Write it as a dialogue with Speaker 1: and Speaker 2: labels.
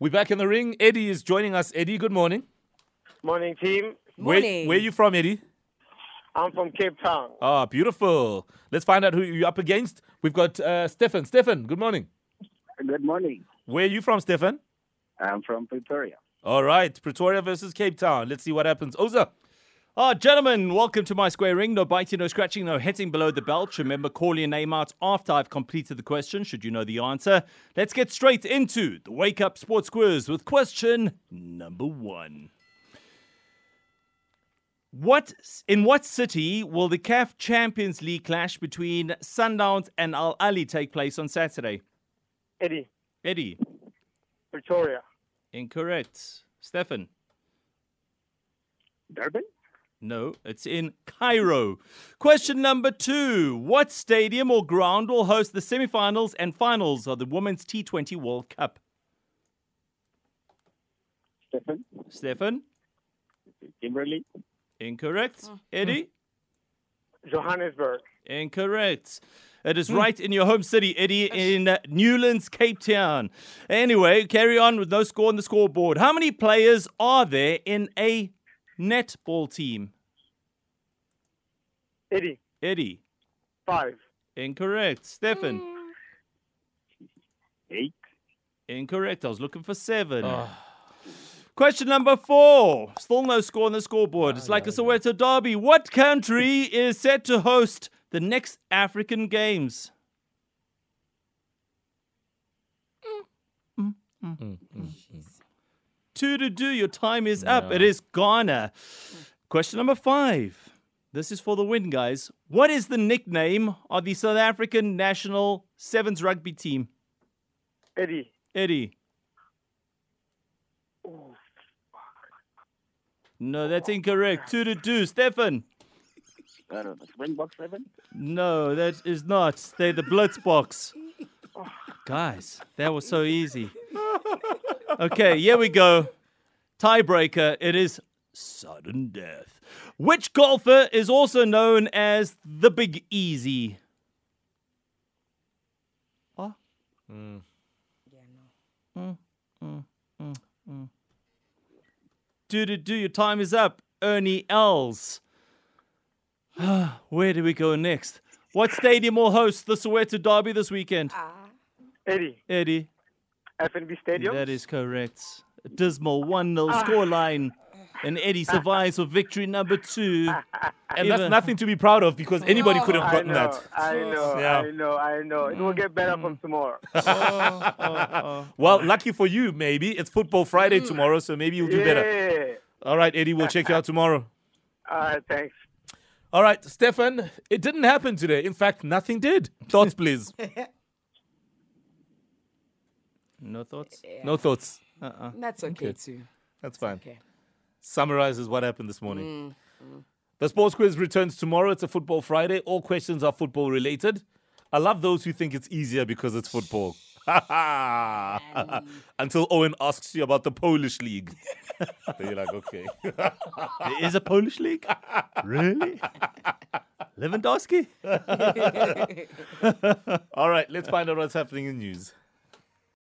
Speaker 1: We're back in the ring. Eddie is joining us. Eddie, good morning.
Speaker 2: Morning, team.
Speaker 1: Where,
Speaker 3: Morning.
Speaker 1: where are you from, Eddie?
Speaker 2: I'm from Cape Town.
Speaker 1: Ah, beautiful. Let's find out who you're up against. We've got uh, Stefan. Stefan, good morning.
Speaker 4: Good morning.
Speaker 1: Where are you from, Stefan?
Speaker 4: I'm from Pretoria.
Speaker 1: All right, Pretoria versus Cape Town. Let's see what happens. Oza,
Speaker 5: Ah, gentlemen, welcome to my square ring. No biting, no scratching, no hitting below the belt. Remember, call your name out after I've completed the question, should you know the answer. Let's get straight into the Wake Up Sports Quiz with question number one. What in what city will the CAF Champions League clash between Sundowns and Al Ali take place on Saturday?
Speaker 2: Eddie,
Speaker 5: Eddie,
Speaker 2: Pretoria.
Speaker 5: incorrect. Stefan.
Speaker 4: Durban?
Speaker 5: No, it's in Cairo. Question number two What stadium or ground will host the semifinals and finals of the Women's T20 World Cup?
Speaker 4: Stefan?
Speaker 5: Stefan,
Speaker 4: Kimberly?
Speaker 5: incorrect. Eddie,
Speaker 2: Johannesburg.
Speaker 5: incorrect. It is right in your home city, Eddie, in uh, Newlands, Cape Town. Anyway, carry on with no score on the scoreboard. How many players are there in a netball team?
Speaker 2: Eddie,
Speaker 5: Eddie,
Speaker 2: five.
Speaker 5: incorrect. Stefan,
Speaker 4: Eight?
Speaker 5: Incorrect. I was looking for seven. Question number four. Still no score on the scoreboard. It's like a Soweto derby. What country is set to host the next African Games? Two to do. Your time is up. It is Ghana. Question number five. This is for the win, guys. What is the nickname of the South African national sevens rugby team?
Speaker 2: Eddie,
Speaker 5: Eddie. No, that's incorrect. Two to two. Stefan.
Speaker 4: I don't know. Springbok seven?
Speaker 5: No, that is not. They're the Blitzbox. Guys, that was so easy. Okay, here we go. Tiebreaker. It is sudden death. Which golfer is also known as the Big Easy? Ah. Mm.
Speaker 3: Yeah, no.
Speaker 5: mm. Do do do. Your time is up, Ernie Els. Where do we go next? What stadium will host the Soweto Derby this weekend?
Speaker 2: Ah. Eddie,
Speaker 5: Eddie,
Speaker 2: FNB Stadium.
Speaker 5: that is correct. A dismal 1 0
Speaker 2: Ah.
Speaker 5: scoreline. And Eddie survives with victory number two.
Speaker 1: and that's
Speaker 5: Ever.
Speaker 1: nothing to be proud of because anybody could have
Speaker 2: I
Speaker 1: gotten
Speaker 2: know,
Speaker 1: that.
Speaker 2: I know,
Speaker 1: Yeah. Mm.
Speaker 2: I know, I know. It will get better from tomorrow.
Speaker 1: Well, lucky for you, maybe it's Football Friday tomorrow, so maybe you'll do better.
Speaker 2: Mm. Yeah.
Speaker 1: All right, Eddie, we'll check you out tomorrow.
Speaker 2: All right, thanks.
Speaker 1: All right, Stefan, it didn't happen today. In fact, nothing did. Thoughts, please.
Speaker 5: No thoughts?
Speaker 1: No thoughts.
Speaker 3: That's okay, too.
Speaker 1: That's fine.
Speaker 3: okay.
Speaker 1: Summarizes what happened this morning. The sports quiz returns tomorrow. It's a football Friday. All questions are football related. I love those who think it's easier because it's football. Until Owen asks you about the Polish league. then you're like, okay.
Speaker 5: There is a Polish league? Really? Lewandowski?
Speaker 1: All right, let's find out what's happening in news.